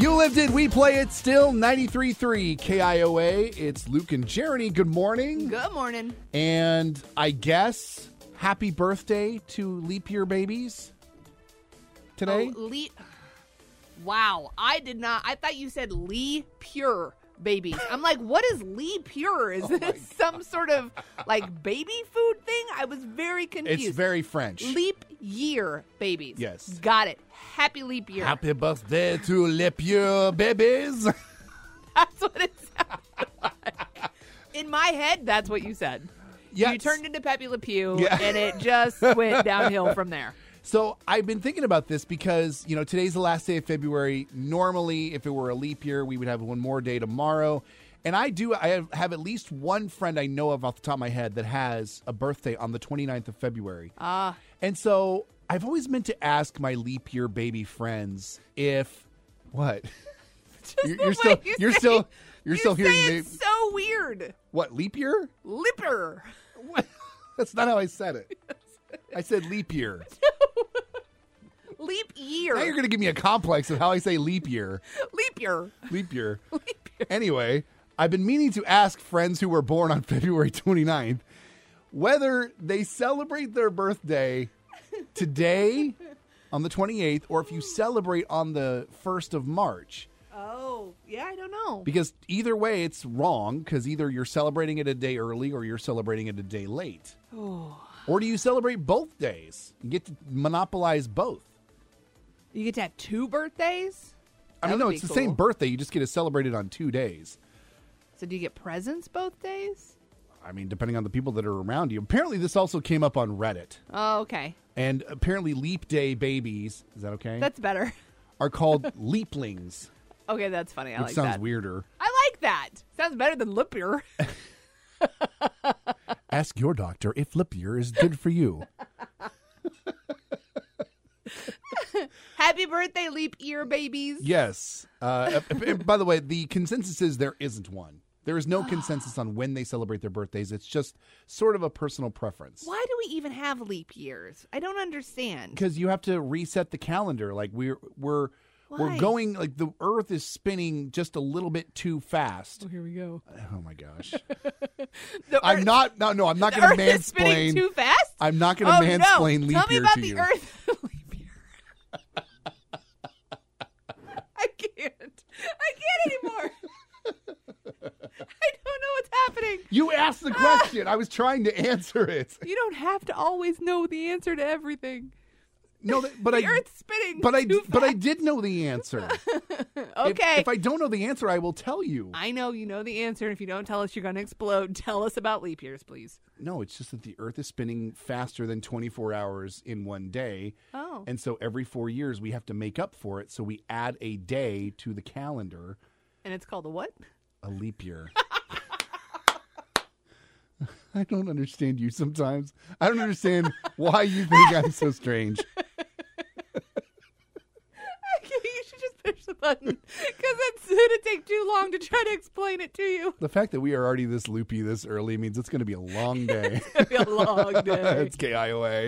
lived it. We play it still 93.3 KIOA. It's Luke and Jeremy. Good morning. Good morning. And I guess happy birthday to leap year babies today. Oh, Lee. Wow, I did not. I thought you said Lee Pure babies. I'm like, what is Lee Pure? Oh Is this some sort of like baby food thing? I was very confused. it's very French. leap year babies. Yes. got it. Happy leap year. Happy birthday to leap year babies. That's what it sounded like. In my head, that's what you said. Yes. You turned into Pepe Le Pew, Yeah. and it just went downhill from there. So I've been thinking about this because, you know, today's the last day of February. Normally, if it were a leap year, we would have one more day tomorrow. And I do, I have, have at least one friend I know of off the top of my head that has a birthday on the 29th of February. Ah. and so I've always meant to ask my leap year baby friends if, what? you're the you're way still, you you're say- still, you're you still say hearing it's me- so weird. What, leap year? Lipper. What? That's not how I said it. I said leap year. Leap year. Now you're going to give me a complex of how I say leap year. Leap year. Leap year. Anyway, I've been meaning to ask friends who were born on February 29th whether they celebrate their birthday today on the 28th or if you celebrate on the 1st of March. Oh, yeah, I don't know. Because either way, it's wrong because either you're celebrating it a day early or you're celebrating it a day late. Oh. Or do you celebrate both days? You get to monopolize both. You get to have two birthdays? I That mean, no, would it's be the same cool. birthday. You just get to celebrate it on two days. So do you get presents both days? I mean, depending on the people that are around you. Apparently, this also came up on Reddit. Oh, okay. And apparently, leap day babies, is that okay? That's better. are called leaplings, Okay, that's funny. I which like sounds that. weirder. I like that. Sounds better than lip year. Ask your doctor if lip year is good for you. Happy birthday, leap year babies. yes. Uh, by the way, the consensus is there isn't one. There is no consensus on when they celebrate their birthdays. It's just sort of a personal preference. Why do we even have leap years? I don't understand. because you have to reset the calendar. Like we're we're we're Why? going like the Earth is spinning just a little bit too fast. Here we go. Oh my gosh! The I'm Earth- not no no I'm not the going Earth to is mansplain. spinning too fast. I'm not going oh to mansplain no! leap Tell me year about to the you. Earth leap year. I can't. I can't anymore. I don't know what's happening. You asked Ah. the question. I was trying to answer it. You don't have to always know the answer to everything. No, that- but The I Earth's spinning. but I too but I did know the answer. fast. okay. If, if I don't know the answer, I will tell you. I know you know the answer. If you don't tell us, you're going to explode. Tell us about leap years, please. No, it's just that the Earth is spinning faster than 24 hours in one day. Oh. And so every four years we have to make up for it. So we add a day to the calendar, And it's called a what? a leap year. I don't understand you sometimes. I don't understand why you think I'm so strange. Okay, you should just push the button because it's going to take too long to try to explain it to you. The fact that we are already this loopy this early means it's going to be a long day. It'll be a long day. it's KIOA.